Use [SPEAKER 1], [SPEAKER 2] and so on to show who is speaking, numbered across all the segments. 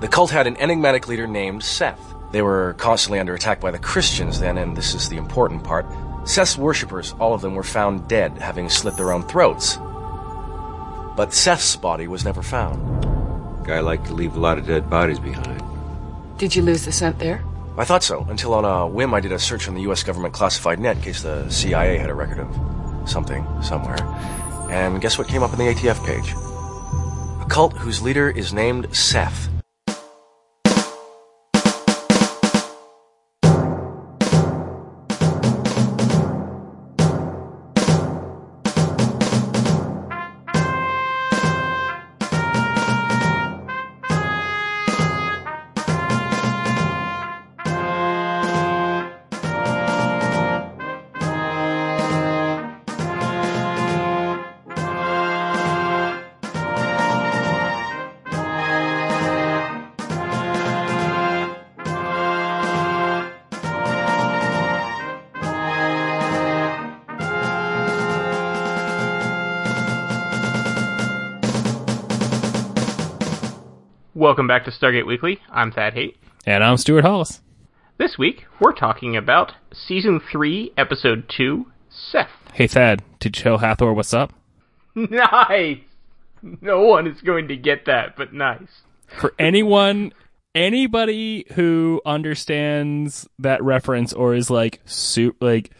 [SPEAKER 1] The cult had an enigmatic leader named Seth. They were constantly under attack by the Christians then, and this is the important part. Seth's worshippers, all of them, were found dead, having slit their own throats. But Seth's body was never found.
[SPEAKER 2] Guy liked to leave a lot of dead bodies behind.
[SPEAKER 3] Did you lose the scent there?
[SPEAKER 1] I thought so, until on a whim I did a search on the US government classified net in case the CIA had a record of something somewhere. And guess what came up on the ATF page? A cult whose leader is named Seth.
[SPEAKER 4] Welcome back to Stargate Weekly. I'm Thad Haight.
[SPEAKER 5] And I'm Stuart Hollis.
[SPEAKER 4] This week, we're talking about Season 3, Episode 2, Seth.
[SPEAKER 5] Hey Thad, did you tell Hathor what's up?
[SPEAKER 4] Nice! No one is going to get that, but nice.
[SPEAKER 5] For anyone, anybody who understands that reference or is like, su- like,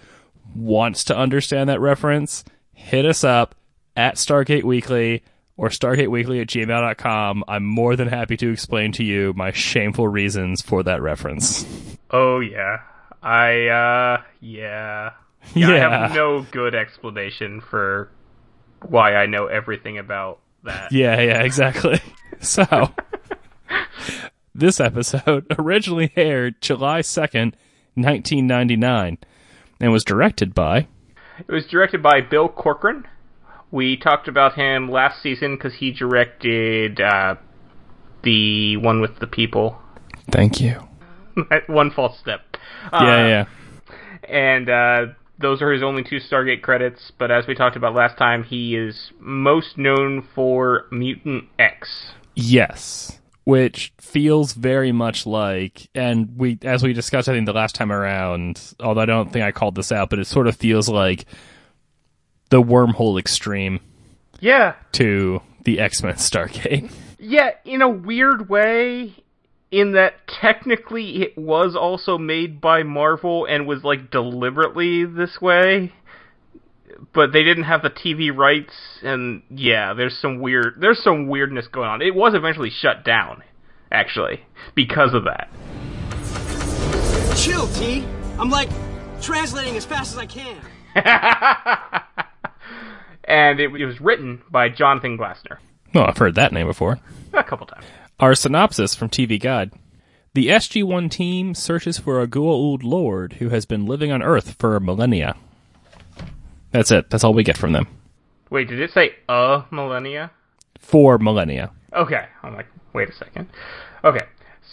[SPEAKER 5] wants to understand that reference, hit us up at Stargate Weekly or stargateweekly at gmail.com. I'm more than happy to explain to you my shameful reasons for that reference.
[SPEAKER 4] Oh, yeah. I, uh, yeah. yeah. I
[SPEAKER 5] Yeah.
[SPEAKER 4] have no good explanation for why I know everything about that.
[SPEAKER 5] Yeah, yeah, exactly. so, this episode originally aired July 2nd, 1999, and was directed by.
[SPEAKER 4] It was directed by Bill Corcoran. We talked about him last season because he directed uh, the one with the people,
[SPEAKER 5] Thank you.
[SPEAKER 4] one false step. Uh,
[SPEAKER 5] Yeah, yeah.
[SPEAKER 4] And uh, those are his only two Stargate credits. But as we talked about last time, he is most known for Mutant X.
[SPEAKER 5] Yes. Which feels very much like, and we, as we discussed, I think the last time around, although I don't think I called this out, but it sort of feels like the wormhole extreme
[SPEAKER 4] Yeah,
[SPEAKER 5] to the X Men Stargate.
[SPEAKER 4] yeah. In a weird way. In that technically it was also made by Marvel and was like deliberately this way, but they didn't have the TV rights, and yeah, there's some weird there's some weirdness going on. It was eventually shut down, actually, because of that.
[SPEAKER 6] Chill, T. I'm like translating as fast as I can.
[SPEAKER 4] and it, it was written by Jonathan Glassner
[SPEAKER 5] No, I've heard that name before.
[SPEAKER 4] a couple times.
[SPEAKER 5] Our synopsis from TV Guide. The SG-1 team searches for a Goa'uld lord who has been living on Earth for millennia. That's it. That's all we get from them.
[SPEAKER 4] Wait, did it say uh millennia?
[SPEAKER 5] For millennia.
[SPEAKER 4] Okay, I'm like, wait a second. Okay,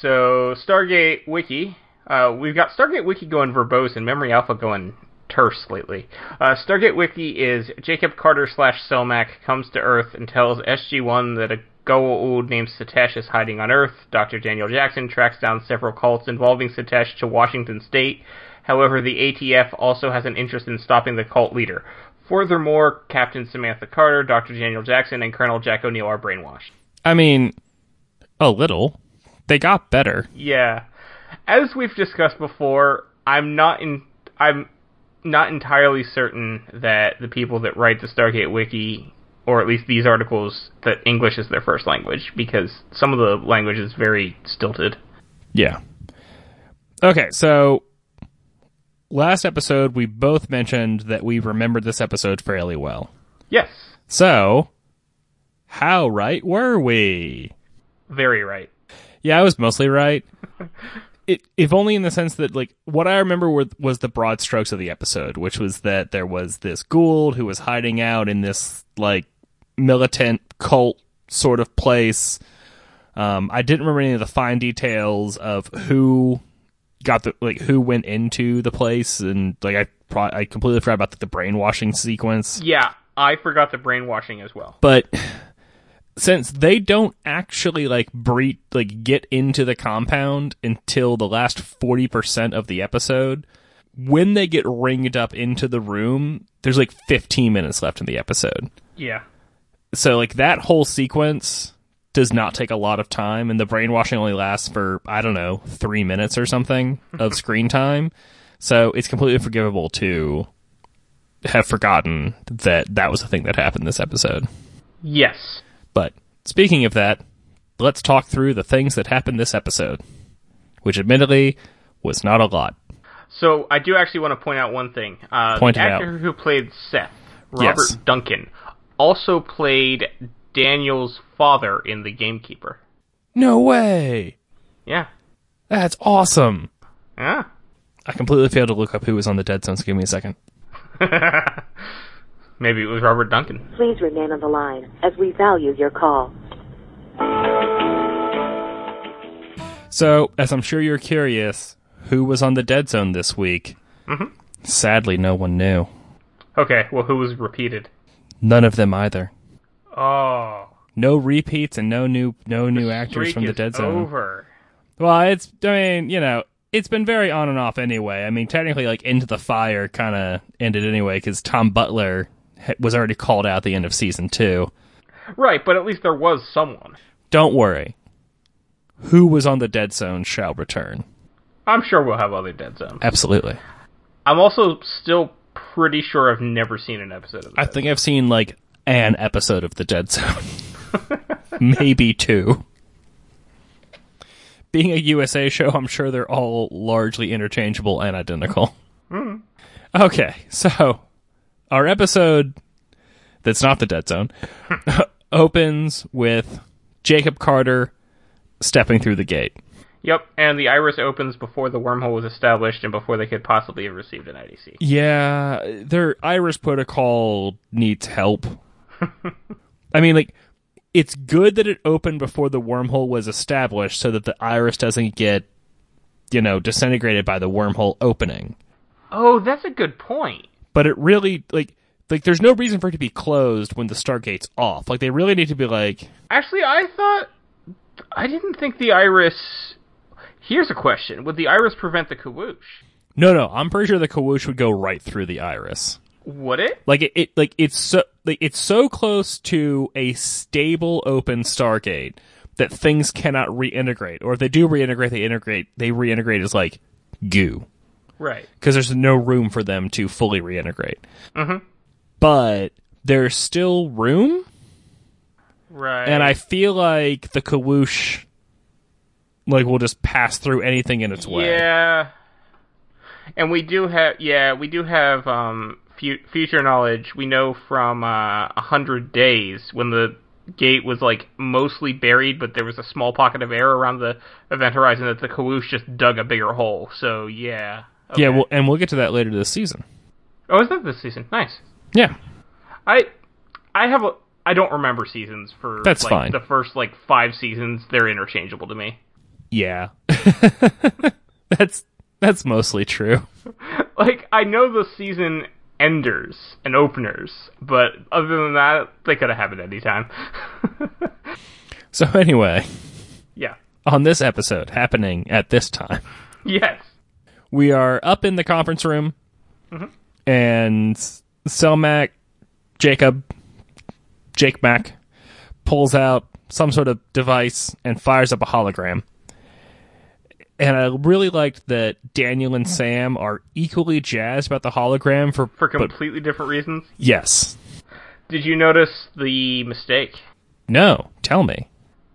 [SPEAKER 4] so Stargate Wiki. Uh, we've got Stargate Wiki going verbose and Memory Alpha going terse lately. Uh, Stargate Wiki is Jacob Carter slash Selmac comes to Earth and tells SG-1 that a Goa'uld named Satesh is hiding on Earth. Dr. Daniel Jackson tracks down several cults involving Satesh to Washington State. However, the ATF also has an interest in stopping the cult leader. Furthermore, Captain Samantha Carter, Dr. Daniel Jackson, and Colonel Jack O'Neill are brainwashed.
[SPEAKER 5] I mean, a little. They got better.
[SPEAKER 4] Yeah. As we've discussed before, I'm not in I'm not entirely certain that the people that write the Stargate wiki or at least these articles that English is their first language because some of the language is very stilted.
[SPEAKER 5] Yeah. Okay, so last episode we both mentioned that we remembered this episode fairly well.
[SPEAKER 4] Yes,
[SPEAKER 5] So, how right were we?
[SPEAKER 4] very right.
[SPEAKER 5] Yeah, I was mostly right. It, if only in the sense that, like, what I remember were, was the broad strokes of the episode, which was that there was this Gould who was hiding out in this, like, militant cult sort of place. Um, I didn't remember any of the fine details of who got the, like, who went into the place, and, like, I, pro- I completely forgot about the, the brainwashing sequence
[SPEAKER 4] Yeah, I forgot the brainwashing as well.
[SPEAKER 5] but since they don't actually like breed like get into the compound until the last 40% of the episode when they get ringed up into the room there's like 15 minutes left in the episode
[SPEAKER 4] Yeah.
[SPEAKER 5] so like that whole sequence does not take a lot of time and the brainwashing only lasts for i don't know 3 minutes or something of screen time so it's completely forgivable to have forgotten that that was the thing that happened this episode
[SPEAKER 4] Yes.
[SPEAKER 5] but speaking of that, let's talk through the things that happened this episode, which admittedly was not a lot.
[SPEAKER 4] So I do actually want to point out one thing. Uh,
[SPEAKER 5] Point
[SPEAKER 4] the
[SPEAKER 5] it
[SPEAKER 4] actor
[SPEAKER 5] out.
[SPEAKER 4] who played Seth, Robert
[SPEAKER 5] Yes.
[SPEAKER 4] Duncan, also played Daniel's father in The Gamekeeper.
[SPEAKER 5] No way!
[SPEAKER 4] Yeah. Ah,
[SPEAKER 5] That's awesome!
[SPEAKER 4] Yeah.
[SPEAKER 5] I completely failed to look up who was on the Dead Zone, so give me a second.
[SPEAKER 4] Maybe it was Robert Duncan.
[SPEAKER 7] Please remain on the line as we value your call.
[SPEAKER 5] So, as I'm sure you're curious, who was on the Dead Zone this week? Mm-hmm. Sadly, no one knew.
[SPEAKER 4] Okay, well, who was repeated?
[SPEAKER 5] None of them either.
[SPEAKER 4] Oh,
[SPEAKER 5] No repeats and no new no new actors
[SPEAKER 4] streak
[SPEAKER 5] from the
[SPEAKER 4] is
[SPEAKER 5] Dead Zone.
[SPEAKER 4] Over.
[SPEAKER 5] Well, it's I mean, you know, it's been very on and off anyway. I mean, technically, like Into the Fire kind of ended anyway because Tom Butler ha- was already called out at the end of season two.
[SPEAKER 4] Right, but at least there was someone.
[SPEAKER 5] Don't worry, who was on the Dead Zone shall return.
[SPEAKER 4] I'm sure we'll have other Dead Zone.
[SPEAKER 5] Absolutely,
[SPEAKER 4] I'm also still pretty sure I've never seen an episode of
[SPEAKER 5] I
[SPEAKER 4] that.
[SPEAKER 5] think I've seen like an episode of the Dead Zone, maybe two. Being a USA show, I'm sure they're all largely interchangeable and identical. Okay, so our episode that's not the Dead Zone opens with Jacob Carter stepping through the gate.
[SPEAKER 4] Yep, and the iris opens before the wormhole was established and before they could possibly have received an IDC.
[SPEAKER 5] Yeah, their iris protocol needs help. I mean, like, it's good that it opened before the wormhole was established so that the iris doesn't get, you know, disintegrated by the wormhole opening.
[SPEAKER 4] Oh, that's a good point.
[SPEAKER 5] But it really, like, like there's no reason for it to be closed when the stargate's off. Like, they really need to be like,
[SPEAKER 4] Actually, I thought I didn't think the iris. Here's a question: Would the iris prevent the kawoosh?
[SPEAKER 5] no, no, I'm pretty sure the kawoosh would go right through the iris.
[SPEAKER 4] Would it?
[SPEAKER 5] Like it, it like it's so like it's so close to a stable open Stargate that things cannot reintegrate, or if they do reintegrate, they integrate they reintegrate as like goo
[SPEAKER 4] Right.
[SPEAKER 5] because there's no room for them to fully reintegrate. Mm-hmm. But there's still room,
[SPEAKER 4] Right.
[SPEAKER 5] and I feel like the kawoosh like will just pass through anything in its way.
[SPEAKER 4] Yeah. And we do have yeah we do have um fu- future knowledge. We know from uh, a hundred days when the gate was like mostly buried, but there was a small pocket of air around the event horizon that the kawoosh just dug a bigger hole. So yeah.
[SPEAKER 5] yeah.
[SPEAKER 4] Okay.
[SPEAKER 5] Well, and we'll get to that later this season.
[SPEAKER 4] oh, is that this season? Nice.
[SPEAKER 5] Yeah.
[SPEAKER 4] I I have a I don't remember seasons for
[SPEAKER 5] That's
[SPEAKER 4] like,
[SPEAKER 5] fine.
[SPEAKER 4] The first like five seasons, they're interchangeable to me.
[SPEAKER 5] Yeah. that's that's mostly true.
[SPEAKER 4] Like I know the season enders and openers, but other than that, they could have happened any time.
[SPEAKER 5] So anyway,
[SPEAKER 4] yeah.
[SPEAKER 5] on this episode happening at this time,
[SPEAKER 4] Yes.
[SPEAKER 5] we are up in the conference room, and Selmac, Jacob, Jake Mac pulls out some sort of device and fires up a hologram. And I really liked that Daniel and Sam are equally jazzed about the hologram for,
[SPEAKER 4] For
[SPEAKER 5] but-
[SPEAKER 4] completely different reasons.
[SPEAKER 5] yes,
[SPEAKER 4] Did you notice the mistake?
[SPEAKER 5] no, tell me.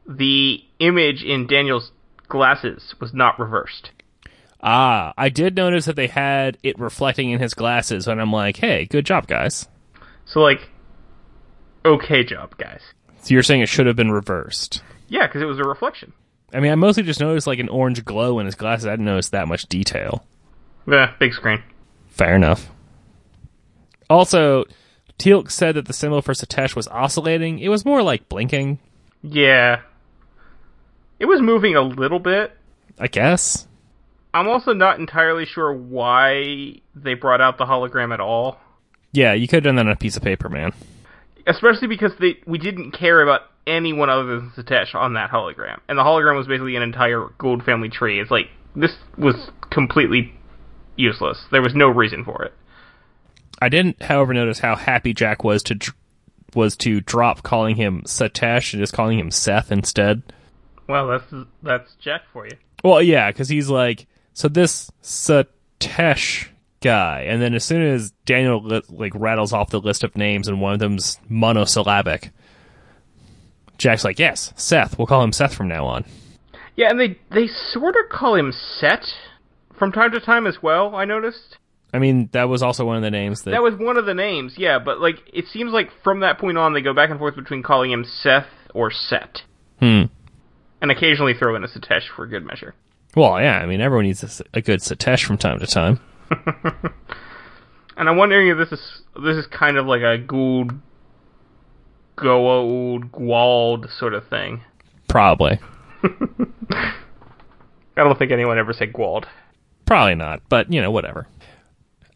[SPEAKER 4] The image in Daniel's glasses was not reversed.
[SPEAKER 5] Ah, I did notice that they had it reflecting in his glasses, and I'm like, hey, good job, guys.
[SPEAKER 4] So like okay job, guys.
[SPEAKER 5] So you're saying it should have been reversed.
[SPEAKER 4] Yeah, cuz it was a reflection.
[SPEAKER 5] I mean, I mostly just noticed like an orange glow in his glasses. I didn't notice that much detail.
[SPEAKER 4] Yeah, big screen.
[SPEAKER 5] Fair enough. Also, Teal'c said that the symbol for Satesh was oscillating. It was more like blinking,
[SPEAKER 4] Yeah. It was moving a little bit.
[SPEAKER 5] I guess.
[SPEAKER 4] I'm also not entirely sure why they brought out the hologram at all,
[SPEAKER 5] Yeah, you could have done that on a piece of paper, man.
[SPEAKER 4] especially because they we didn't care about anyone other than Satesh on that hologram. And the hologram was basically an entire Gould family tree. It's like this was completely useless. There was no reason for it.
[SPEAKER 5] I didn't, however, notice how happy Jack was to dr- was to drop calling him Satesh and just calling him Seth instead.
[SPEAKER 4] Well, that's that's Jack for you.
[SPEAKER 5] Well, yeah, because he's like, so this Satesh guy, and then as soon as Daniel li- like rattles off the list of names, and one of them's monosyllabic, Jack's like, yes, Seth. We'll call him Seth from now on.
[SPEAKER 4] Yeah, and they they sort of call him Set from time to time as well. I noticed.
[SPEAKER 5] I mean, that was also one of the names that,
[SPEAKER 4] That was one of the names, yeah, but like it seems like from that point on they go back and forth between calling him Seth or Set.
[SPEAKER 5] Hmm.
[SPEAKER 4] And occasionally throw in a Satesh for good measure.
[SPEAKER 5] Well, yeah, I mean, everyone needs a, s- a good Satesh from time to time.
[SPEAKER 4] And I'm wondering if this is this is kind of like a Gould Goa'uld Gwald sort of thing.
[SPEAKER 5] Probably.
[SPEAKER 4] I don't think anyone ever said Gwald.
[SPEAKER 5] Probably not, but you know, whatever.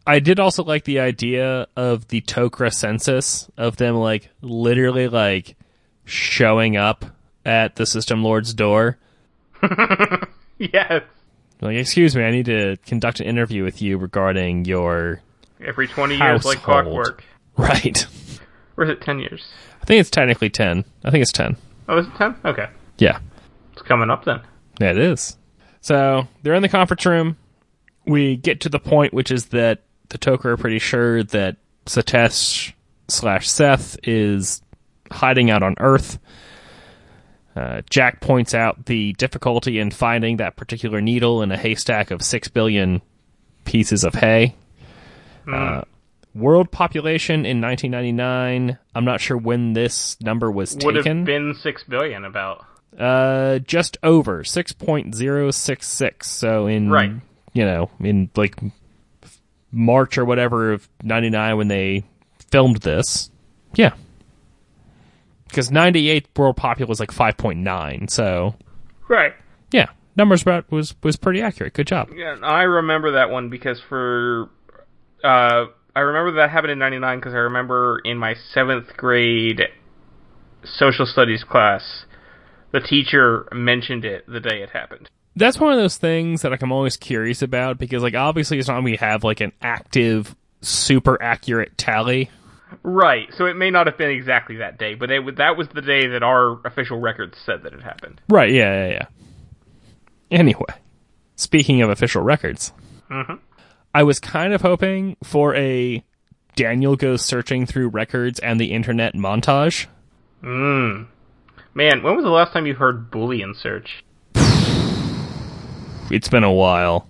[SPEAKER 5] I did also like the idea of the Tokra census of them like literally like showing up at the system lord's door.
[SPEAKER 4] Yes.
[SPEAKER 5] Like, excuse me, I need to conduct an interview with you regarding your
[SPEAKER 4] Every twenty years like
[SPEAKER 5] Household.
[SPEAKER 4] clockwork.
[SPEAKER 5] right.
[SPEAKER 4] Or is it ten years?
[SPEAKER 5] I think it's technically ten. I think it's ten.
[SPEAKER 4] Oh, is it ten? Okay.
[SPEAKER 5] Yeah.
[SPEAKER 4] It's coming up then.
[SPEAKER 5] Yeah, it is. So they're in the conference room. We get to the point, which is that the Toker are pretty sure that Satesh slash Seth is hiding out on Earth. Uh, Jack points out the difficulty in finding that particular needle in a haystack of six billion pieces of hay.
[SPEAKER 4] Hmm.
[SPEAKER 5] Uh, world population in 1999. I'm not sure when this number was
[SPEAKER 4] Would
[SPEAKER 5] taken.
[SPEAKER 4] have been six billion about.
[SPEAKER 5] Uh, just over six point zero six six. So in
[SPEAKER 4] Right.
[SPEAKER 5] you know, in like March or whatever of ninety nine when they filmed this, yeah, because ninety eight world popul was like five point nine. So
[SPEAKER 4] Right.
[SPEAKER 5] yeah, numbers about was was pretty accurate. Good job.
[SPEAKER 4] Yeah, and I remember that one because for uh, I remember that happened in '99 because I remember in my seventh grade social studies class, the teacher mentioned it the day it happened.
[SPEAKER 5] that's one of those things that like, I'm always curious about because like obviously it's not we have like an active super accurate tally
[SPEAKER 4] Right, so it may not have been exactly that day, but it, w- that was the day that our official records said that it happened.
[SPEAKER 5] Right, yeah, yeah, yeah. Anyway, speaking of official records, I was kind of hoping for a Daniel goes searching through records and the internet montage.
[SPEAKER 4] Man, when was the last time you heard Boolean search?
[SPEAKER 5] It's been a while.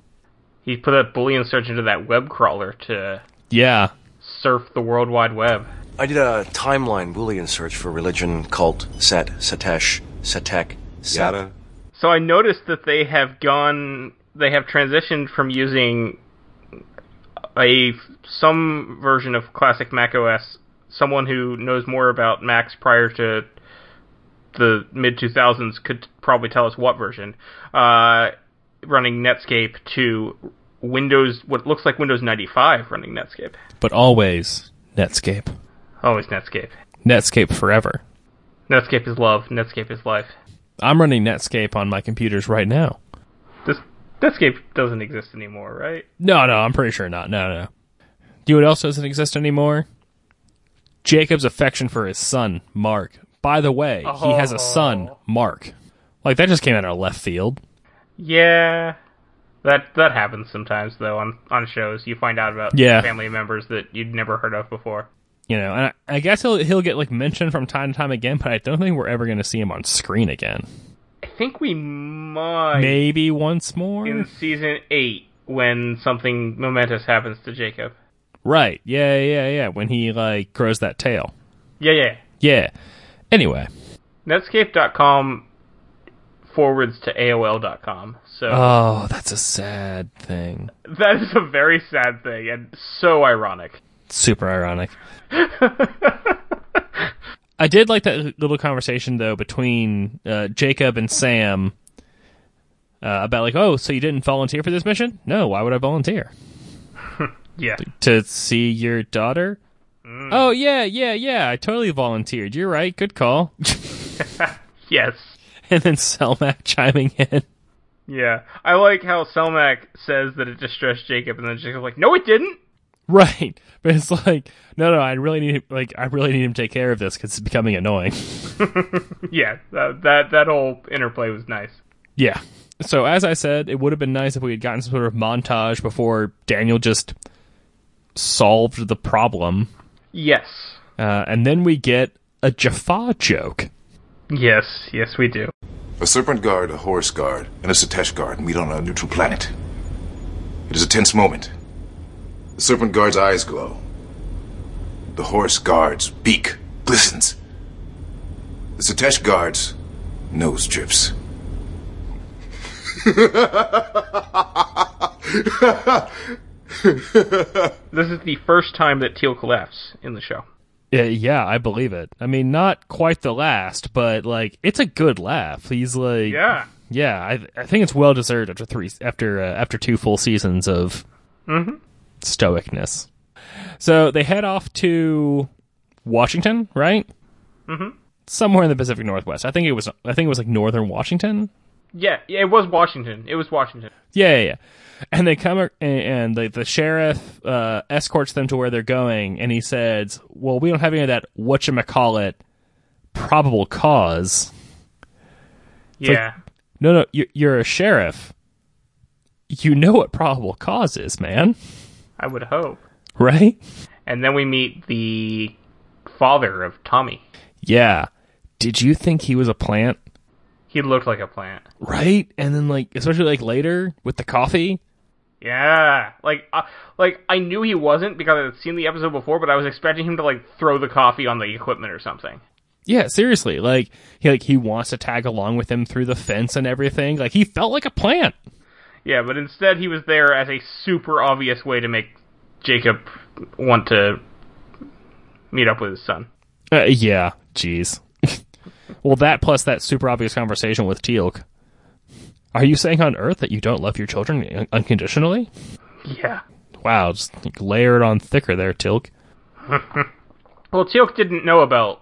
[SPEAKER 4] He put a Boolean search into that web crawler to
[SPEAKER 5] Yeah.
[SPEAKER 4] surf the World Wide Web.
[SPEAKER 1] I did a timeline Boolean search for religion, cult, set, Satesh, Satek, Sat.
[SPEAKER 2] Yada.
[SPEAKER 4] So I noticed that they have gone, they have transitioned from using a some version of classic Mac OS, someone who knows more about Macs prior to the mid 2000s could probably tell us what version, uh, running Netscape to Windows, what looks like Windows 95 running Netscape.
[SPEAKER 5] But always Netscape.
[SPEAKER 4] Always Netscape.
[SPEAKER 5] Netscape forever.
[SPEAKER 4] Netscape is love. Netscape is life.
[SPEAKER 5] I'm running Netscape on my computers right now.
[SPEAKER 4] This Netscape doesn't exist anymore, right?
[SPEAKER 5] No, no, I'm pretty sure not. No, no. You know what else doesn't exist anymore? Jacob's affection for his son, Mark. By the way, he has a son, Mark. Like that just came out of left field.
[SPEAKER 4] Yeah, that that happens sometimes though on on shows. You find out about
[SPEAKER 5] Yeah.
[SPEAKER 4] family members that you'd never heard of before.
[SPEAKER 5] You know, and I, I guess he'll he'll get like mentioned from time to time again, but I don't think we're ever going to see him on screen again.
[SPEAKER 4] I think we might
[SPEAKER 5] Maybe once more.
[SPEAKER 4] in season eight when something momentous happens to Jacob.
[SPEAKER 5] right? Yeah, yeah, yeah. When he like grows that tail.
[SPEAKER 4] Yeah, yeah.
[SPEAKER 5] Yeah. Anyway.
[SPEAKER 4] Netscape.com forwards to AOL.com. So
[SPEAKER 5] Oh, that's a sad thing.
[SPEAKER 4] that is a very sad thing and so ironic.
[SPEAKER 5] super ironic. I did like that little conversation though between uh, Jacob and Sam uh, about like, oh, so you didn't volunteer for this mission? No, why would I volunteer
[SPEAKER 4] Yeah.
[SPEAKER 5] to see your daughter? Oh yeah, yeah, yeah. I totally volunteered. You're right. Good call.
[SPEAKER 4] Yes.
[SPEAKER 5] and then Selmac chiming in.
[SPEAKER 4] Yeah. I like how Selmac says that it distressed Jacob, and then Jacob's like, no, it didn't.
[SPEAKER 5] Right, but it's like, no, no, I really need, like, I really need him to take care of this because it's becoming annoying.
[SPEAKER 4] Yeah, that, that, that whole interplay was nice.
[SPEAKER 5] Yeah. So as I said, it would have been nice if we had gotten some sort of montage before Daniel just solved the problem,
[SPEAKER 4] Yes.
[SPEAKER 5] uh, and then we get a Jaffa joke.
[SPEAKER 4] Yes, yes, we do.
[SPEAKER 8] A serpent guard, a horse guard, and a Satesh guard meet on a neutral planet. It is a tense moment. The serpent guard's eyes glow. The horse guard's beak glistens. The Satesh guard's nose drips.
[SPEAKER 4] This is the first time that Teal'c laughs in the show.
[SPEAKER 5] Uh, yeah, I believe it. I mean, not quite the last, but like, it's a good laugh. He's like,
[SPEAKER 4] Yeah.
[SPEAKER 5] yeah. I, I think it's well deserved after three, after uh, after two full seasons of stoicness. So they head off to Washington, right? Mm-hmm. Somewhere in the Pacific Northwest. I think it was. I think it was like northern Washington.
[SPEAKER 4] Yeah, yeah, it was Washington. It was Washington.
[SPEAKER 5] Yeah, yeah, yeah. And they come, and, and the, the sheriff uh, escorts them to where they're going, and he says, "Well, we don't have any of that whatchamacallit probable cause.
[SPEAKER 4] Yeah.
[SPEAKER 5] No, no, you're, you're a sheriff. You know what probable cause is, man,
[SPEAKER 4] I would hope.
[SPEAKER 5] right?
[SPEAKER 4] And then we meet the father of Tommy.
[SPEAKER 5] Yeah. Did you think he was a plant,
[SPEAKER 4] He looked like a plant.
[SPEAKER 5] right? And then, like, especially like later with the coffee,
[SPEAKER 4] Yeah, like, uh, like I knew he wasn't because I'd seen the episode before, but I was expecting him to like throw the coffee on the equipment or something.
[SPEAKER 5] Yeah, seriously. Like he like he wants to tag along with him through the fence and everything. Like he felt like a plant.
[SPEAKER 4] Yeah, but instead he was there as a super obvious way to make Jacob want to meet up with his son.
[SPEAKER 5] Uh, yeah, jeez. well, that plus that super obvious conversation with Teal'c. Are you saying on Earth that you don't love your children un- unconditionally?
[SPEAKER 4] Yeah.
[SPEAKER 5] Wow, just like, layered on thicker there, Teal'c.
[SPEAKER 4] Well, Teal'c didn't know about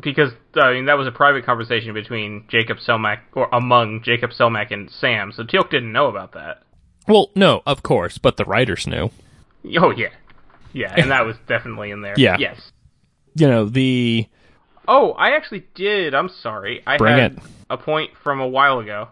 [SPEAKER 4] because I mean that was a private conversation between Jacob Selmack or among Jacob Selmack and Sam, so Teal'c didn't know about that.
[SPEAKER 5] Well, no, of course, but the writers knew.
[SPEAKER 4] Oh yeah, yeah, and that was definitely in there.
[SPEAKER 5] Yeah.
[SPEAKER 4] Yes.
[SPEAKER 5] You know the
[SPEAKER 4] Oh, I actually did. I'm sorry. I
[SPEAKER 5] Bring
[SPEAKER 4] had
[SPEAKER 5] it.
[SPEAKER 4] a point from a while ago.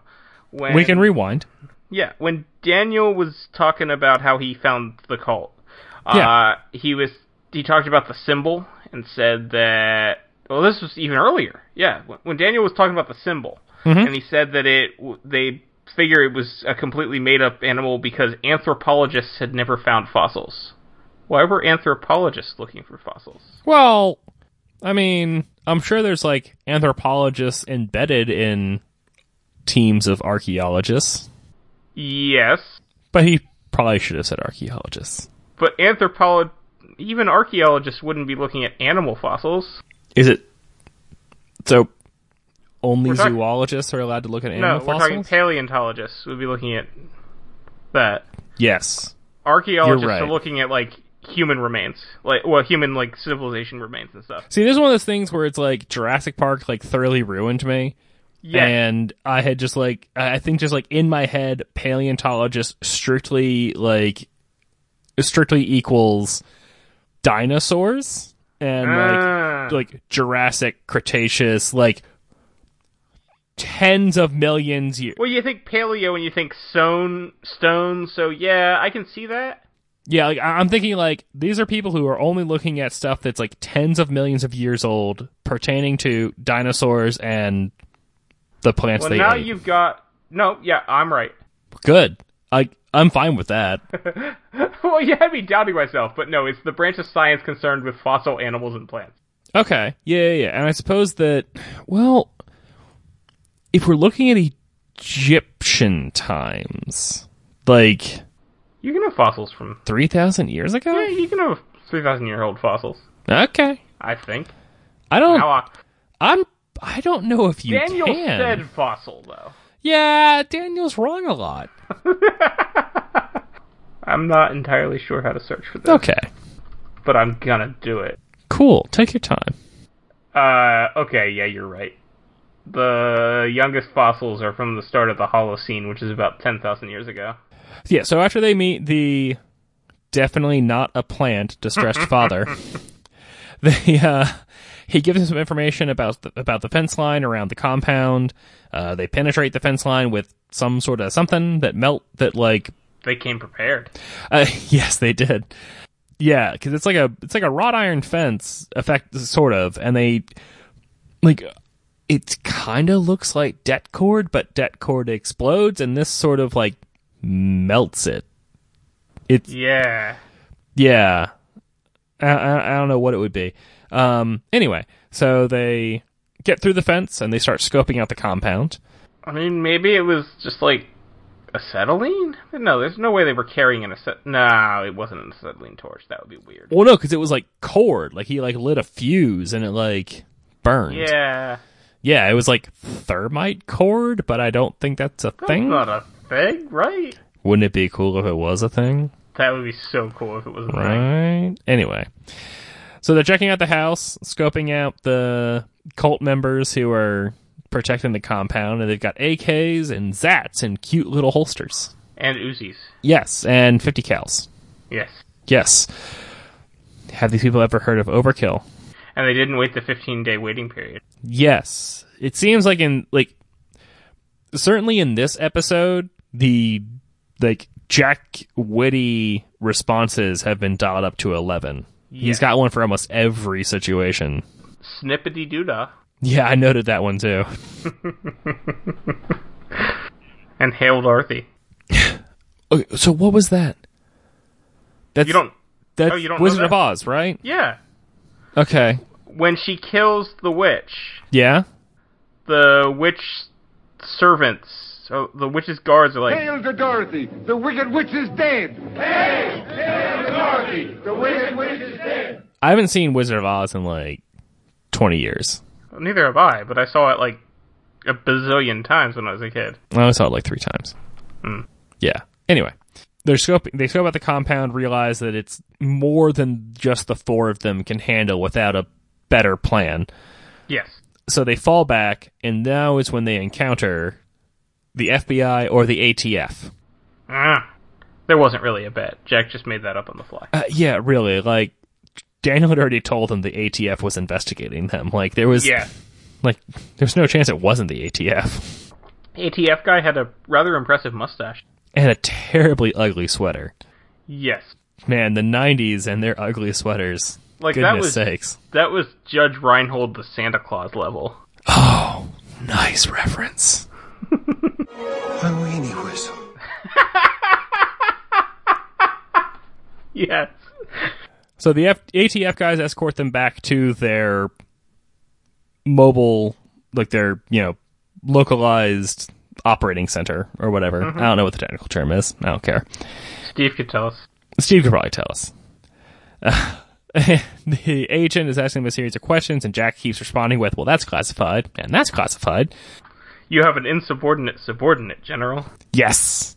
[SPEAKER 4] When
[SPEAKER 5] we can rewind.
[SPEAKER 4] Yeah, when Daniel was talking about how he found the cult, uh,
[SPEAKER 5] Yeah.
[SPEAKER 4] he was he talked about the symbol and said that. Well, this was even earlier. Yeah, when- when Daniel was talking about the symbol, and he said that it w- they figure it was a completely made up animal because anthropologists had never found fossils. Why were anthropologists looking for fossils?
[SPEAKER 5] Well, I mean, I'm sure there's like anthropologists embedded in teams of archaeologists.
[SPEAKER 4] Yes,
[SPEAKER 5] But he probably should have said archaeologists.
[SPEAKER 4] but anthropolog even archaeologists wouldn't be looking at animal fossils.
[SPEAKER 5] Is it so? Only
[SPEAKER 4] talking-
[SPEAKER 5] zoologists are allowed to look at
[SPEAKER 4] No,
[SPEAKER 5] animal
[SPEAKER 4] we're talking
[SPEAKER 5] fossils.
[SPEAKER 4] paleontologists. We'd be looking at that.
[SPEAKER 5] yes.
[SPEAKER 4] Archaeologists
[SPEAKER 5] You're right.
[SPEAKER 4] are looking at like human remains, like well, human like civilization remains and stuff.
[SPEAKER 5] See, this is one of those things where it's like Jurassic Park like thoroughly ruined me,
[SPEAKER 4] Yeah,
[SPEAKER 5] and I had just like I I think just like in my head, paleontologist strictly like strictly equals dinosaurs and like
[SPEAKER 4] Ah.
[SPEAKER 5] like Jurassic, Cretaceous, like tens of millions years.
[SPEAKER 4] well, you think paleo and you think stone, stone. So yeah, I can see that.
[SPEAKER 5] Yeah, like I- I'm thinking like these are people who are only looking at stuff that's like tens of millions of years old pertaining to dinosaurs and the plants
[SPEAKER 4] Well,
[SPEAKER 5] they
[SPEAKER 4] now
[SPEAKER 5] ate.
[SPEAKER 4] you've got no. Yeah, I'm right.
[SPEAKER 5] Good. I I'm fine with that.
[SPEAKER 4] well, you had me doubting myself, but no, it's the branch of science concerned with fossil animals and plants.
[SPEAKER 5] Okay. Yeah, yeah, yeah. And I suppose that well if we're looking at Egyptian times, like
[SPEAKER 4] You can have fossils from
[SPEAKER 5] 3000 years
[SPEAKER 4] yeah,
[SPEAKER 5] ago?
[SPEAKER 4] you can have three thousand year old fossils.
[SPEAKER 5] Okay.
[SPEAKER 4] I think.
[SPEAKER 5] I don't
[SPEAKER 4] How I-
[SPEAKER 5] I'm I don't know if you
[SPEAKER 4] Daniel
[SPEAKER 5] can.
[SPEAKER 4] said fossil though.
[SPEAKER 5] yeah, Daniel's wrong a lot.
[SPEAKER 4] I'm not entirely sure how to search for this,
[SPEAKER 5] Okay.
[SPEAKER 4] but I'm gonna do it.
[SPEAKER 5] Cool. Take your time.
[SPEAKER 4] Uh, okay, yeah, you're right. The youngest fossils are from the start of the Holocene, which is about 10,000 years ago.
[SPEAKER 5] Yeah, so after they meet the definitely not a plant distressed father, they uh, he gives them some information about the, about the fence line around the compound. Uh, they penetrate the fence line with some sort of something that melt that like
[SPEAKER 4] They came prepared.
[SPEAKER 5] uh, yes, they did. Yeah, because it's like a it's like a wrought iron fence effect, sort of, and they like it kind of looks like debt cord, but debt cord explodes, and this sort of like melts it. It's
[SPEAKER 4] Yeah.
[SPEAKER 5] yeah, I, I, I don't know what it would be. Um, anyway, so they get through the fence and they start scoping out the compound.
[SPEAKER 4] I mean, maybe it was just like acetylene? No, there's no way they were carrying an acet. No, it wasn't an acetylene torch. That would be weird.
[SPEAKER 5] Well, no, because it was like cord, like he like lit a fuse and it like burned.
[SPEAKER 4] Yeah.
[SPEAKER 5] Yeah, it was like thermite cord, but I don't think that's a
[SPEAKER 4] That's
[SPEAKER 5] thing.
[SPEAKER 4] not a thing, right?
[SPEAKER 5] Wouldn't it be cool if it was a thing?
[SPEAKER 4] That would be so cool if it was a thing.
[SPEAKER 5] Right. Anyway, so they're checking out the house, scoping out the cult members who are protecting the compound, and they've got AKs and Zats in cute little holsters.
[SPEAKER 4] And Uzis.
[SPEAKER 5] Yes, and 50 cals.
[SPEAKER 4] Yes.
[SPEAKER 5] Yes. Have these people ever heard of overkill?
[SPEAKER 4] And they didn't wait the 15 day waiting period.
[SPEAKER 5] Yes. It seems like in like certainly in this episode, the like Jack Witty responses have been dialed up to eleven. He's got one for almost every situation.
[SPEAKER 4] Snippity doodah.
[SPEAKER 5] Yeah, I noted that one too.
[SPEAKER 4] And Hail Dorothy.
[SPEAKER 5] Okay, so what was that? That's
[SPEAKER 4] You don't.
[SPEAKER 5] that's
[SPEAKER 4] oh, you don't know
[SPEAKER 5] Wizard
[SPEAKER 4] that?
[SPEAKER 5] of Oz, right?
[SPEAKER 4] Yeah.
[SPEAKER 5] Okay.
[SPEAKER 4] When she kills the witch,
[SPEAKER 5] Yeah.
[SPEAKER 4] the witch servants, so the witch's guards are like,
[SPEAKER 9] Hail to Dorothy! The wicked witch is dead! Hail! Hail to Dorothy! The wicked witch is dead!
[SPEAKER 5] I haven't seen Wizard of Oz in like twenty years.
[SPEAKER 4] neither have I, but I saw it like a bazillion times when I was a kid.
[SPEAKER 5] I only saw it like three times.
[SPEAKER 4] Hmm.
[SPEAKER 5] Yeah. Anyway, they're scoping. They scope out the compound, realize that it's more than just the four of them can handle without a better plan.
[SPEAKER 4] Yes.
[SPEAKER 5] So they fall back, and now is when they encounter the FBI or the ATF.
[SPEAKER 4] Ah. There wasn't really a bet. Jack just made that up on the fly.
[SPEAKER 5] Uh, yeah, really. Like Daniel had already told them the ATF was investigating them. Like there was,
[SPEAKER 4] Yeah.
[SPEAKER 5] like there's no chance it wasn't the ATF.
[SPEAKER 4] ATF guy had a rather impressive mustache.
[SPEAKER 5] And a terribly ugly sweater.
[SPEAKER 4] Yes.
[SPEAKER 5] Man, the '90s and their ugly sweaters.
[SPEAKER 4] Like, that
[SPEAKER 5] Goodness
[SPEAKER 4] was-
[SPEAKER 5] sakes.
[SPEAKER 4] That was Judge Reinhold the Santa Claus level.
[SPEAKER 5] Oh, nice reference.
[SPEAKER 2] A weenie whistle.
[SPEAKER 4] Yes.
[SPEAKER 5] So the F- ATF guys escort them back to their mobile, like their, you know, localized operating center or whatever. I don't know what the technical term is. I don't care.
[SPEAKER 4] Steve could tell us.
[SPEAKER 5] Steve could probably tell us. the agent is asking him a series of questions, and Jack keeps responding with, Well, that's classified, and that's classified.
[SPEAKER 4] You have an insubordinate subordinate, General.
[SPEAKER 5] Yes.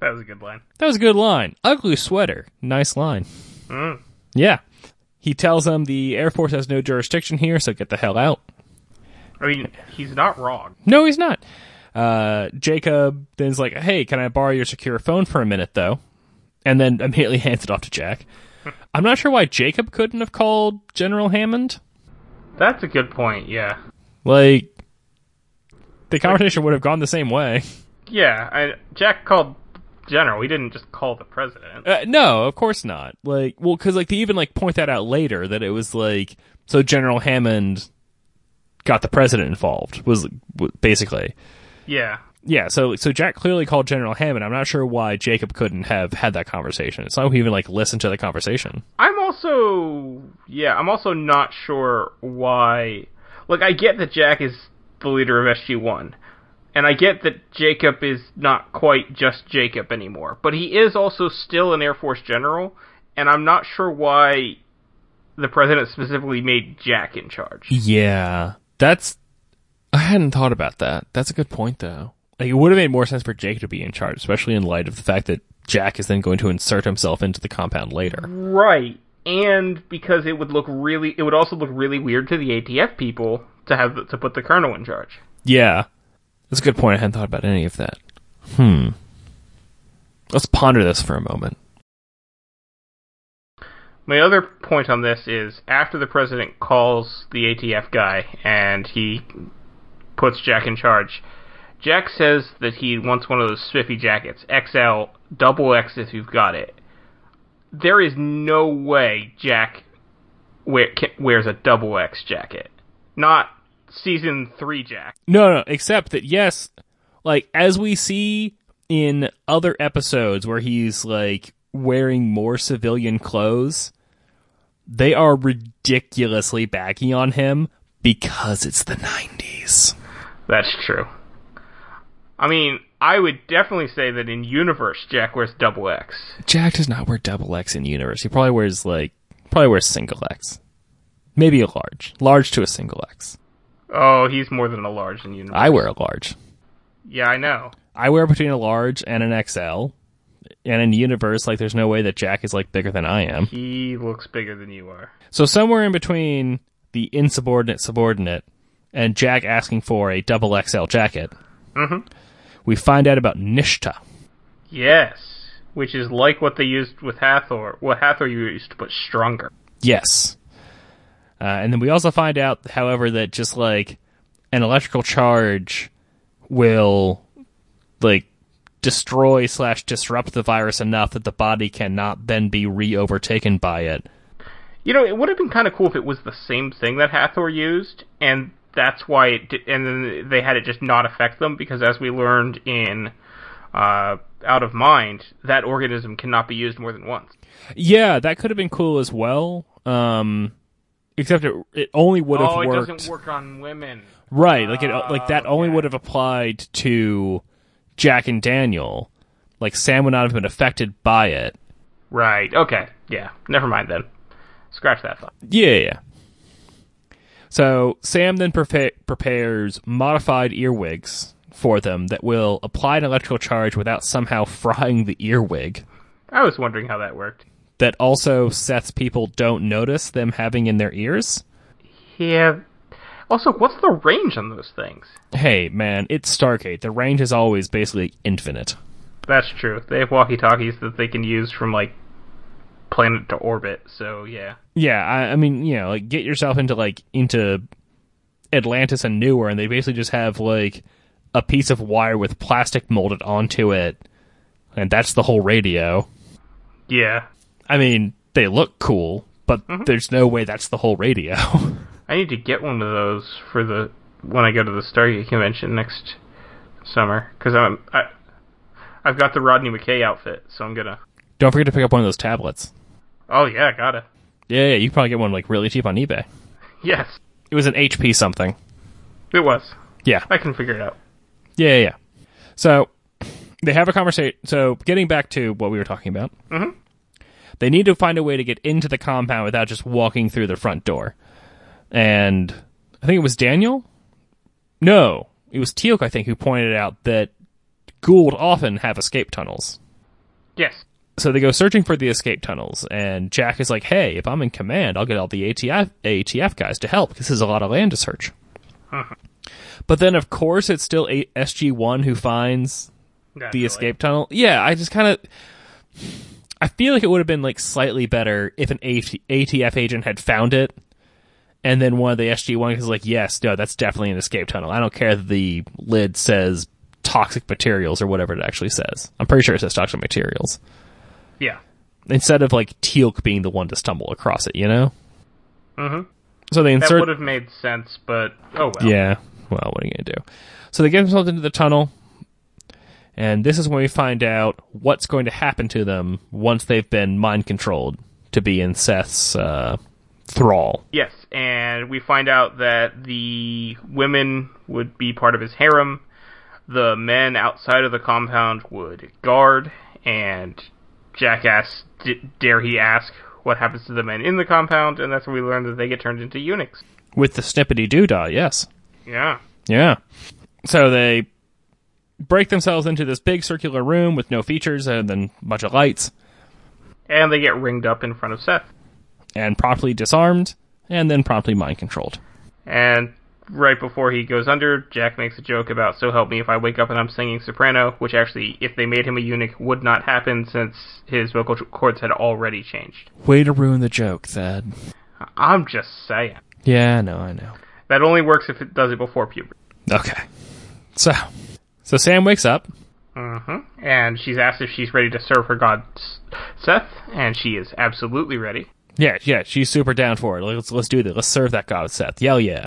[SPEAKER 4] That was a good line.
[SPEAKER 5] That was a good line. Ugly sweater. Nice line. Yeah. He tells them the Air Force has no jurisdiction here, so get the hell out.
[SPEAKER 4] I mean, he's not wrong.
[SPEAKER 5] No, he's not. Uh, Jacob then's like, hey, can I borrow your secure phone for a minute, though? And then immediately hands it off to Jack. I'm not sure why Jacob couldn't have called General Hammond.
[SPEAKER 4] That's a good point, yeah.
[SPEAKER 5] Like, the conversation would have gone the same way.
[SPEAKER 4] Yeah, I, Jack called General. He didn't just call the president.
[SPEAKER 5] Uh, no, of course not. Like, well, because like they even like point that out later that it was like so General Hammond got the president involved was w- basically
[SPEAKER 4] Yeah.
[SPEAKER 5] yeah. So so Jack clearly called General Hammond. I'm not sure why Jacob couldn't have had that conversation. It's not like he even like listened to the conversation.
[SPEAKER 4] I'm also yeah, I'm also not sure why like I get that Jack is the leader of SG1 and I get that Jacob is not quite just Jacob anymore, but he is also still an Air Force general and I'm not sure why the president specifically made Jack in charge.
[SPEAKER 5] Yeah, that's I hadn't thought about that. That's a good point though. Like it would have made more sense for Jake to be in charge, especially in light of the fact that Jack is then going to insert himself into the compound later.
[SPEAKER 4] Right. and because it would look really, it would also look really weird to the ATF people to have to put the colonel in charge.
[SPEAKER 5] Yeah. That's a good point. I hadn't thought about any of that. Hmm. Let's ponder this for a moment.
[SPEAKER 4] My other point on this is after the president calls the ATF guy and he puts Jack in charge, Jack says that he wants one of those spiffy jackets, XL, double X if you've got it. There is no way Jack wear, ca- wears a double X jacket. Not season 3 Jack.
[SPEAKER 5] No, no, except that yes, like as we see in other episodes where he's like wearing more civilian clothes, they are ridiculously baggy on him because it's the 90s.
[SPEAKER 4] That's true. I mean, I would definitely say that in universe Jack wears double X.
[SPEAKER 5] Jack does not wear double X in universe. He probably wears like probably wears single X. Maybe a large. Large to a single X.
[SPEAKER 4] Oh, he's more than a large in universe.
[SPEAKER 5] I wear a large.
[SPEAKER 4] Yeah, I know.
[SPEAKER 5] I wear between a large and an XL. And in universe, like there's no way that Jack is like bigger than I am.
[SPEAKER 4] He looks bigger than you are.
[SPEAKER 5] So somewhere in between the insubordinate subordinate and Jack asking for a double XL jacket,
[SPEAKER 4] hmm
[SPEAKER 5] we find out about Nishta.
[SPEAKER 4] Yes, which is like what they used with Hathor. What Hathor used, but stronger.
[SPEAKER 5] Yes. Uh, and then we also find out, however, that just like an electrical charge will like destroy slash disrupt the virus enough that the body cannot then be re overtaken by it.
[SPEAKER 4] You know, it would have been kind of cool if it was the same thing that Hathor used, and that's why it. Di- and then they had it just not affect them because, as we learned in uh, Out of Mind, that organism cannot be used more than once.
[SPEAKER 5] Yeah, that could have been cool as well. Um, except it it only would have
[SPEAKER 4] oh, it
[SPEAKER 5] worked.
[SPEAKER 4] doesn't work Oh, on women.
[SPEAKER 5] Right, like it, uh, like that only would have applied to Jack and Daniel. Like Sam would not have been affected by it.
[SPEAKER 4] Right. Okay. Yeah. Never mind then. Scratch that thought.
[SPEAKER 5] Yeah, yeah, yeah. So Sam then prepa- prepares modified earwigs for them that will apply an electrical charge without somehow frying the earwig.
[SPEAKER 4] I was wondering how that worked.
[SPEAKER 5] That also Seth's people don't notice them having in their ears.
[SPEAKER 4] Yeah. Also, what's the range on those things?
[SPEAKER 5] Hey, man, it's Stargate. The range is always basically infinite.
[SPEAKER 4] That's true. They have walkie talkies that they can use from like planet to orbit. So yeah.
[SPEAKER 5] Yeah, I, I mean, you know, like get yourself into like into Atlantis and newer, and they basically just have like a piece of wire with plastic molded onto it, and that's the whole radio.
[SPEAKER 4] Yeah.
[SPEAKER 5] I mean, they look cool, but there's no way that's the whole radio.
[SPEAKER 4] I need to get one of those for the when I go to the Stargate convention next summer because I'm I, I've got the Rodney McKay outfit, so I'm gonna.
[SPEAKER 5] Don't forget to pick up one of those tablets.
[SPEAKER 4] Oh yeah, gotta.
[SPEAKER 5] Yeah, yeah, you can probably get one like really cheap on eBay.
[SPEAKER 4] Yes,
[SPEAKER 5] It was an HP something.
[SPEAKER 4] it was.
[SPEAKER 5] Yeah.
[SPEAKER 4] I can figure it out.
[SPEAKER 5] Yeah, yeah, yeah. So they have a conversation. So getting back to what we were talking about, mm-hmm. they need to find a way to get into the compound without just walking through the front door. And I think it was Daniel. No, it was Teal'c. I think who pointed out that Gould often have escape tunnels.
[SPEAKER 4] Yes.
[SPEAKER 5] So they go searching for the escape tunnels, and Jack is like, "Hey, if I'm in command, I'll get all the ATF ATF guys to help because there's a lot of land to search." But then, of course, it's still a- SG1 who finds the
[SPEAKER 4] Naturally.
[SPEAKER 5] escape tunnel. Yeah, I just kind of. I feel like it would have been like slightly better if an AT- ATF agent had found it, and then one of the SG one is like, "Yes, no, that's definitely an escape tunnel." I don't care that the lid says toxic materials or whatever it actually says. I'm pretty sure it says toxic materials
[SPEAKER 4] Yeah.
[SPEAKER 5] instead of like Teal'c being the one to stumble across it. You know.
[SPEAKER 4] Mhm.
[SPEAKER 5] So they
[SPEAKER 4] That
[SPEAKER 5] insert.
[SPEAKER 4] would have made sense, but oh well.
[SPEAKER 5] Yeah. Well, what are you going to do? So they get themselves into the tunnel, and this is when we find out what's going to happen to them once they've been mind controlled to be in Seth's uh, thrall.
[SPEAKER 4] Yes, and we find out that the women would be part of his harem, the men outside of the compound would guard, and Jack asks, d- dare he ask what happens to the men in the compound, and that's when we learn that they get turned into eunuchs.
[SPEAKER 5] With the snippety doodah, yes.
[SPEAKER 4] Yeah.
[SPEAKER 5] Yeah. So they break themselves into this big circular room with no features and then a bunch of lights.
[SPEAKER 4] And they get ringed up in front of Seth.
[SPEAKER 5] and promptly disarmed, and then promptly mind controlled.
[SPEAKER 4] And right before he goes under, Jack makes a joke about "So help me if I wake up and I'm singing soprano," which actually, if they made him a eunuch, would not happen since his vocal cords had already changed.
[SPEAKER 5] Way to ruin the joke, Thad.
[SPEAKER 4] I'm just saying
[SPEAKER 5] Yeah, I know, I know.
[SPEAKER 4] that only works if it does it before puberty.
[SPEAKER 5] Okay. So, so Sam wakes up.
[SPEAKER 4] hmm And she's asked if she's ready to serve her god S- Seth, and she is absolutely ready.
[SPEAKER 5] Yeah, yeah, she's super down for it. Like, Let's let's do this. Let's serve that god, Seth. Yell, yeah.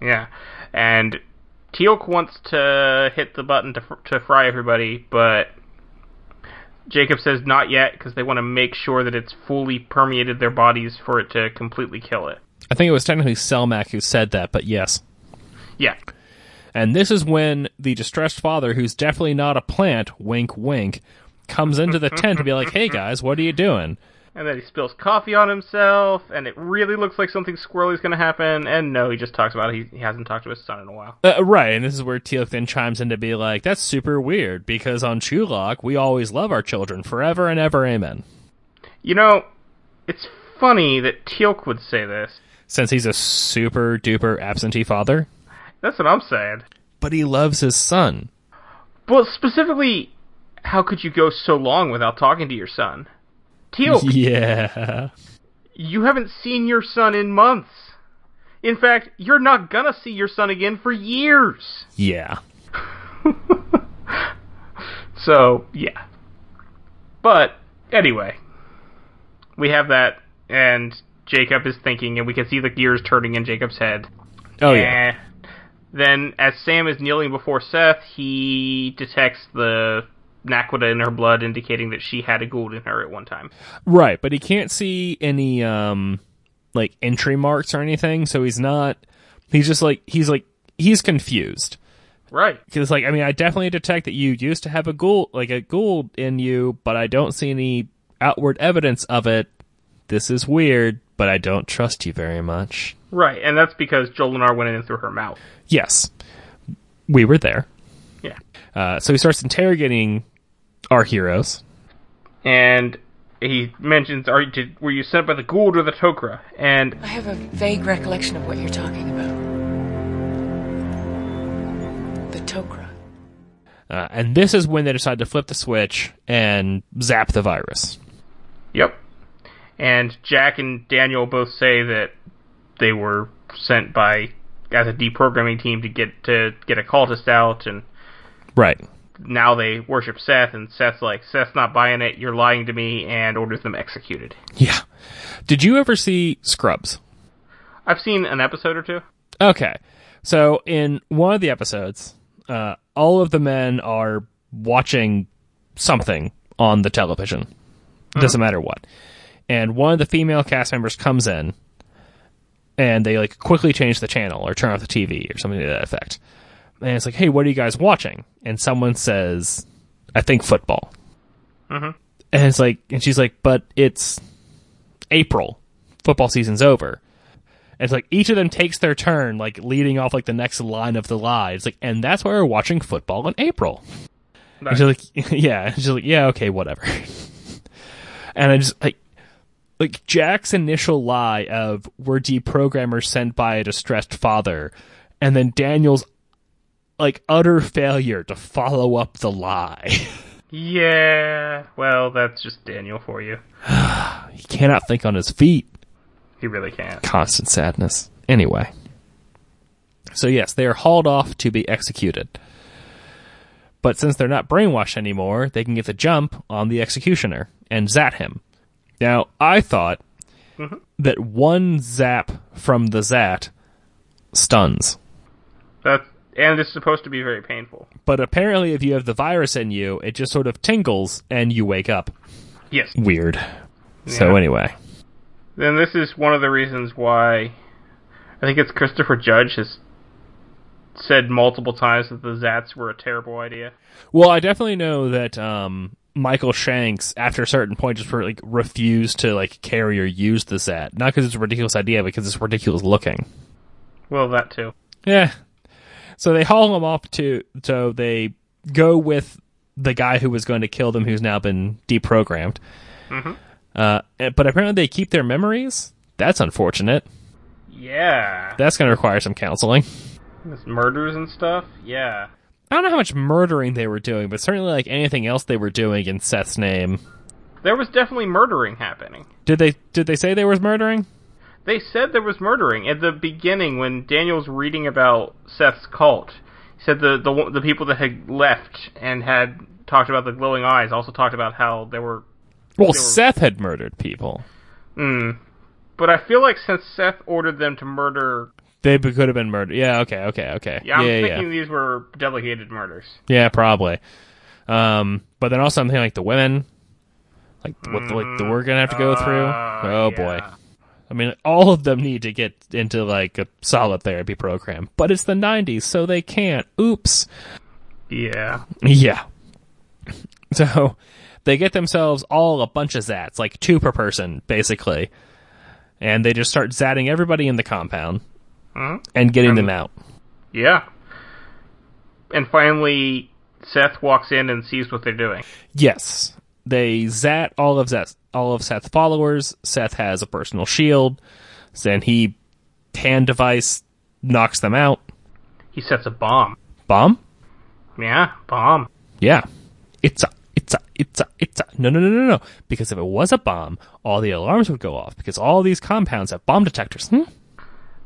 [SPEAKER 4] Yeah, and Teal'c wants to hit the button to fr- to fry everybody, but Jacob says not yet because they want to make sure that it's fully permeated their bodies for it to completely kill it.
[SPEAKER 5] I think it was technically Selmac who said that, but yes.
[SPEAKER 4] Yeah,
[SPEAKER 5] And this is when the distressed father, who's definitely not a plant, wink, wink, comes into the tent to be like, "Hey guys, what are you doing?"
[SPEAKER 4] and then he spills coffee on himself, and it really looks like something squirrely is going to happen. And no, he just talks about it. He, he hasn't talked to his son in a while.
[SPEAKER 5] Uh, right, and this is where Teal'c then chimes in to be like, "That's super weird because on Chulok we always love our children forever and ever, amen."
[SPEAKER 4] You know, it's funny that Teal'c would say this.
[SPEAKER 5] Since he's a super duper absentee father,
[SPEAKER 4] That's what I'm saying.
[SPEAKER 5] but he loves his son.
[SPEAKER 4] Well, specifically, how could you go so long without talking to your son?
[SPEAKER 5] Oh.
[SPEAKER 4] Teal,
[SPEAKER 5] Yeah.
[SPEAKER 4] you haven't seen your son in months. In fact, you're not gonna see your son again for years.
[SPEAKER 5] Yeah.
[SPEAKER 4] So, yeah. But, anyway, we have that, and Jacob is thinking, and we can see the gears turning in Jacob's head.
[SPEAKER 5] Oh yeah.
[SPEAKER 4] Eh. Then, as Sam is kneeling before Seth, he detects the Naquita in her blood, indicating that she had a Gould in her at one time.
[SPEAKER 5] Right, but he can't see any um like entry marks or anything, so he's not he's just like he's like he's confused.
[SPEAKER 4] Right.
[SPEAKER 5] Cuz like I mean I definitely detect that you used to have a ghoul like a ghoul in you, but I don't see any outward evidence of it. This is weird, but I don't trust you very much.
[SPEAKER 4] Right, and that's because Jolinar went in through her mouth.
[SPEAKER 5] Yes. We were there.
[SPEAKER 4] Yeah.
[SPEAKER 5] Uh, so he starts interrogating our heroes.
[SPEAKER 4] And he mentions, "Are you, did, were you sent by the Gould or the Tok'ra?" And
[SPEAKER 3] I have a vague recollection of what you're talking about. The Tok'ra.
[SPEAKER 5] Uh, and this is when they decide to flip the switch and zap the virus.
[SPEAKER 4] yep. And Jack and Daniel both say that they were sent by as a deprogramming team to get to get a cultist out, and
[SPEAKER 5] Right.
[SPEAKER 4] now they worship Seth. And Seth's like, "Seth's not buying it. You're lying to me," and orders them executed.
[SPEAKER 5] Yeah. Did you ever see Scrubs?
[SPEAKER 4] I've seen an episode or two.
[SPEAKER 5] Okay. So in one of the episodes, uh, all of the men are watching something on the television. Doesn't matter what. And one of the female cast members comes in and they like quickly change the channel or turn off the TV or something to that effect. And it's like, hey, what are you guys watching? And someone says, I think football. And it's like, and she's like, but it's April. Football season's over. And it's like each of them takes their turn, like leading off like the next line of the lie. It's like, and that's why we're watching football in April. And she's like, yeah. And she's like, yeah, okay, whatever. and I just like, like Jack's initial lie of we're deprogrammers sent by a distressed father, and then Daniel's like utter failure to follow up the lie.
[SPEAKER 4] Yeah, well, that's just Daniel for you.
[SPEAKER 5] he cannot think on his feet.
[SPEAKER 4] He really can't.
[SPEAKER 5] constant sadness. Anyway. So, yes, they are hauled off to be executed. But since they're not brainwashed anymore, they can get the jump on the executioner and zap him. Now, I thought that one zap from the Zat stuns.
[SPEAKER 4] That and it's supposed to be very painful.
[SPEAKER 5] But apparently, if you have the virus in you, it just sort of tingles and you wake up.
[SPEAKER 4] Yes.
[SPEAKER 5] Weird. So,
[SPEAKER 4] Yeah.
[SPEAKER 5] anyway.
[SPEAKER 4] Then this is one of the reasons why I think it's Christopher Judge has said multiple times that the Zats were a terrible idea.
[SPEAKER 5] Well, I definitely know that um, Michael Shanks, after a certain point, just like refused to like carry or use the Zat. Not because it's a ridiculous idea, because it's ridiculous looking.
[SPEAKER 4] Well, that too.
[SPEAKER 5] Yeah. So they haul him off to. So they go with the guy who was going to eh, kill them, who's now been deprogrammed. Uh, and- but apparently, they keep their memories, That's unfortunate.
[SPEAKER 4] Yeah.
[SPEAKER 5] That's going to require some counseling.
[SPEAKER 4] Those murders and stuff. Yeah.
[SPEAKER 5] I don't know how much murdering they were doing, but certainly like anything else they were doing in Seth's name.
[SPEAKER 4] There was definitely murdering happening.
[SPEAKER 5] Did they did they say there was murdering?
[SPEAKER 4] They said there was murdering at the beginning when Daniel's reading about Seth's cult. He said the the the people that had left and had talked about the glowing eyes also talked about how there were
[SPEAKER 5] Well, Seth had murdered people.
[SPEAKER 4] Mm. But I feel like since Seth ordered them to murder,
[SPEAKER 5] They be- could have been murdered. Yeah, okay, okay, okay.
[SPEAKER 4] yeah, I'm
[SPEAKER 5] yeah,
[SPEAKER 4] thinking these were delegated murders.
[SPEAKER 5] Yeah, probably. Um, but then also I'm thinking like the women, like what the, like the
[SPEAKER 4] Mm-hmm.
[SPEAKER 5] we're gonna have to go through.
[SPEAKER 4] Uh,
[SPEAKER 5] oh boy, I mean all of them need to get into like a solid therapy program, but it's the '90s, so they can't. Oops.
[SPEAKER 4] Yeah.
[SPEAKER 5] Yeah. So they get themselves all a bunch of zats, like two per person, basically, and they just start zatting everybody in the compound and getting them out.
[SPEAKER 4] Yeah. And finally, Seth walks in and sees what they're doing.
[SPEAKER 5] Yes, they zat all of Seth, all of Seth's followers. Seth has a personal shield. Then he hand device knocks them out.
[SPEAKER 4] He sets a bomb.
[SPEAKER 5] Bomb?
[SPEAKER 4] Yeah, bomb.
[SPEAKER 5] Yeah, it's a, it's a, it's a, it's a. No, no, no, no, no. Because if it was a bomb, all the alarms would go off because all these compounds have bomb detectors. Hmm?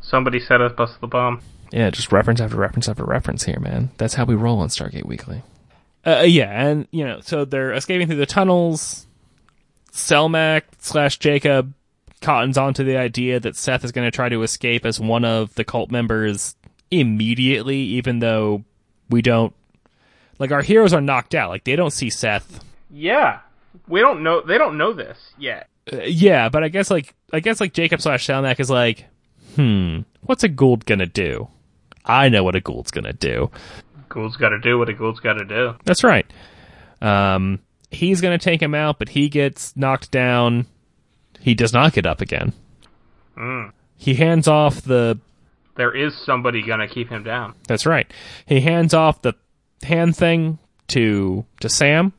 [SPEAKER 4] Somebody set up us the bomb.
[SPEAKER 5] Yeah, just reference after reference after reference here, man. That's how we roll on Stargate Weekly. Uh, yeah, and you know, so they're escaping through the tunnels. Selmac slash Jacob cottons onto the idea that Seth is going to try to escape as one of the cult members immediately, even though we don't. Like our heroes are knocked out. Like they don't see Seth.
[SPEAKER 4] Yeah. We don't know. They don't know this yet.
[SPEAKER 5] Uh, yeah, but I guess like I guess like Jacob slash Selmac is like, hmm, what's a Gould gonna do? I know what a Gould's gonna do.
[SPEAKER 4] Ghoul's got to do what a ghoul's got to do.
[SPEAKER 5] That's right. Um, he's going to take him out, but he gets knocked down. He does not get up again.
[SPEAKER 4] Mm.
[SPEAKER 5] He hands off the.
[SPEAKER 4] There is somebody gonna keep him down.
[SPEAKER 5] That's right. He hands off the hand thing to to Sam.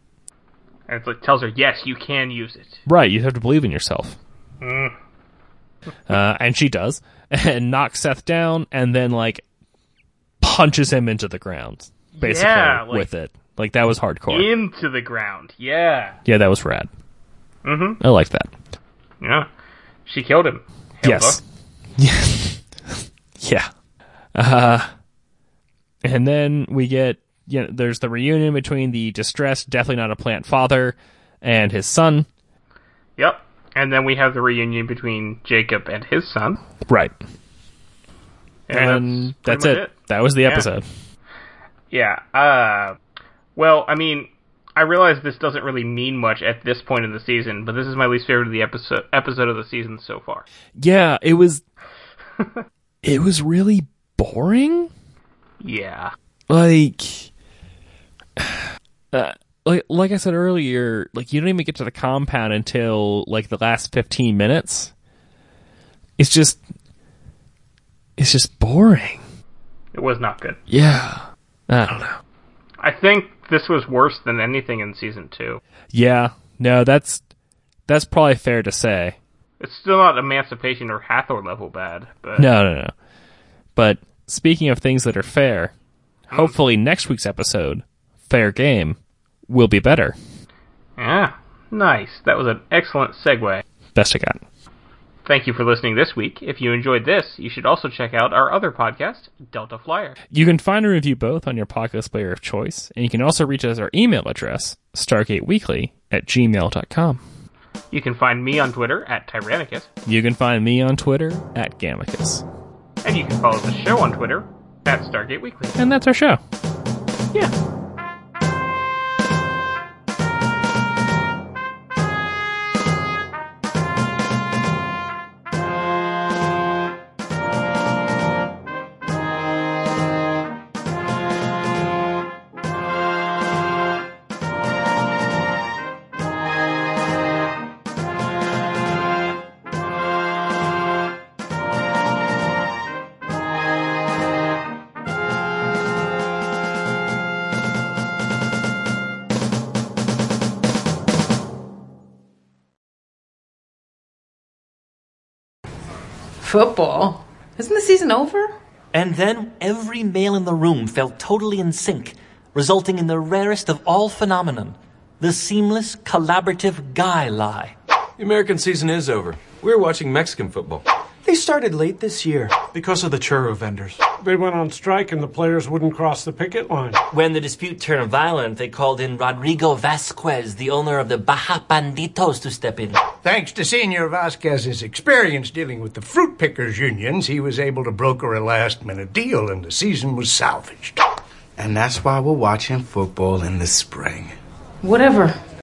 [SPEAKER 4] And it's like tells her, yes, you can use it.
[SPEAKER 5] Right. You have to believe in yourself.
[SPEAKER 4] Mm.
[SPEAKER 5] uh, and she does, and knocks Seth down, and then like punches him into the ground, basically
[SPEAKER 4] Yeah, like-
[SPEAKER 5] with it. Like that was hardcore.
[SPEAKER 4] Into the ground. Yeah.
[SPEAKER 5] yeah, that was rad. Mm-hmm. I like that.
[SPEAKER 4] Yeah. She killed him. Hell,
[SPEAKER 5] Yes.
[SPEAKER 4] fuck.
[SPEAKER 5] Yeah. Uh, and then we get, you know, there's the reunion between the distressed, definitely not a plant father and his son.
[SPEAKER 4] Yep. And then we have the reunion between Jacob and his son.
[SPEAKER 5] Right.
[SPEAKER 4] And
[SPEAKER 5] And that's
[SPEAKER 4] pretty
[SPEAKER 5] it.
[SPEAKER 4] much
[SPEAKER 5] That was the episode.
[SPEAKER 4] Yeah. Uh, well, I mean, I realize this doesn't really mean much at this point in the season, but this is my least favorite of the episode episode of the season so far.
[SPEAKER 5] Yeah, it was, it was really boring.
[SPEAKER 4] Yeah.
[SPEAKER 5] like uh, like like I said earlier, like you don't even get to the compound until like the last 15 minutes. It's just it's just boring.
[SPEAKER 4] It was not good.
[SPEAKER 5] Yeah. I don't know.
[SPEAKER 4] I think this was worse than anything in season two.
[SPEAKER 5] Yeah. No, that's that's probably fair to say.
[SPEAKER 4] It's still not Emancipation or Hathor level bad, but
[SPEAKER 5] No, no, no. But speaking of things that are fair, hopefully next week's episode, Fair Game, will be better.
[SPEAKER 4] yeah. Nice. That was an excellent segue.
[SPEAKER 5] Best I got.
[SPEAKER 4] Thank you for listening this week. If you enjoyed this, you should also check out our other podcast, Delta Flyer.
[SPEAKER 5] You can find and review both on your podcast player of choice, and you can also reach us at our email address, stargateweekly at gmail.com.
[SPEAKER 4] You can find me on Twitter at Tyrannicus,
[SPEAKER 5] You can find me on Twitter at Gamicus.
[SPEAKER 4] and you can follow the show on Twitter at Stargate Weekly.
[SPEAKER 5] And that's our show.
[SPEAKER 4] Yeah.
[SPEAKER 3] Football? Isn't the season over?
[SPEAKER 10] And then every male in the room felt totally in sync, resulting in the rarest of all phenomenon the seamless, collaborative guy lie.
[SPEAKER 11] The American season is over. We're watching Mexican football.
[SPEAKER 12] They started late this year because of the churro vendors.
[SPEAKER 13] They went on strike and the players wouldn't cross the picket line.
[SPEAKER 10] When the dispute turned violent, they called in Rodrigo Vasquez, the owner of the Baja Banditos, to step in.
[SPEAKER 8] Thanks to Senor Vasquez's experience dealing with the fruit pickers unions, he was able to broker a last minute deal and the season was salvaged.
[SPEAKER 14] And that's why we're watching football in the spring.
[SPEAKER 3] Whatever.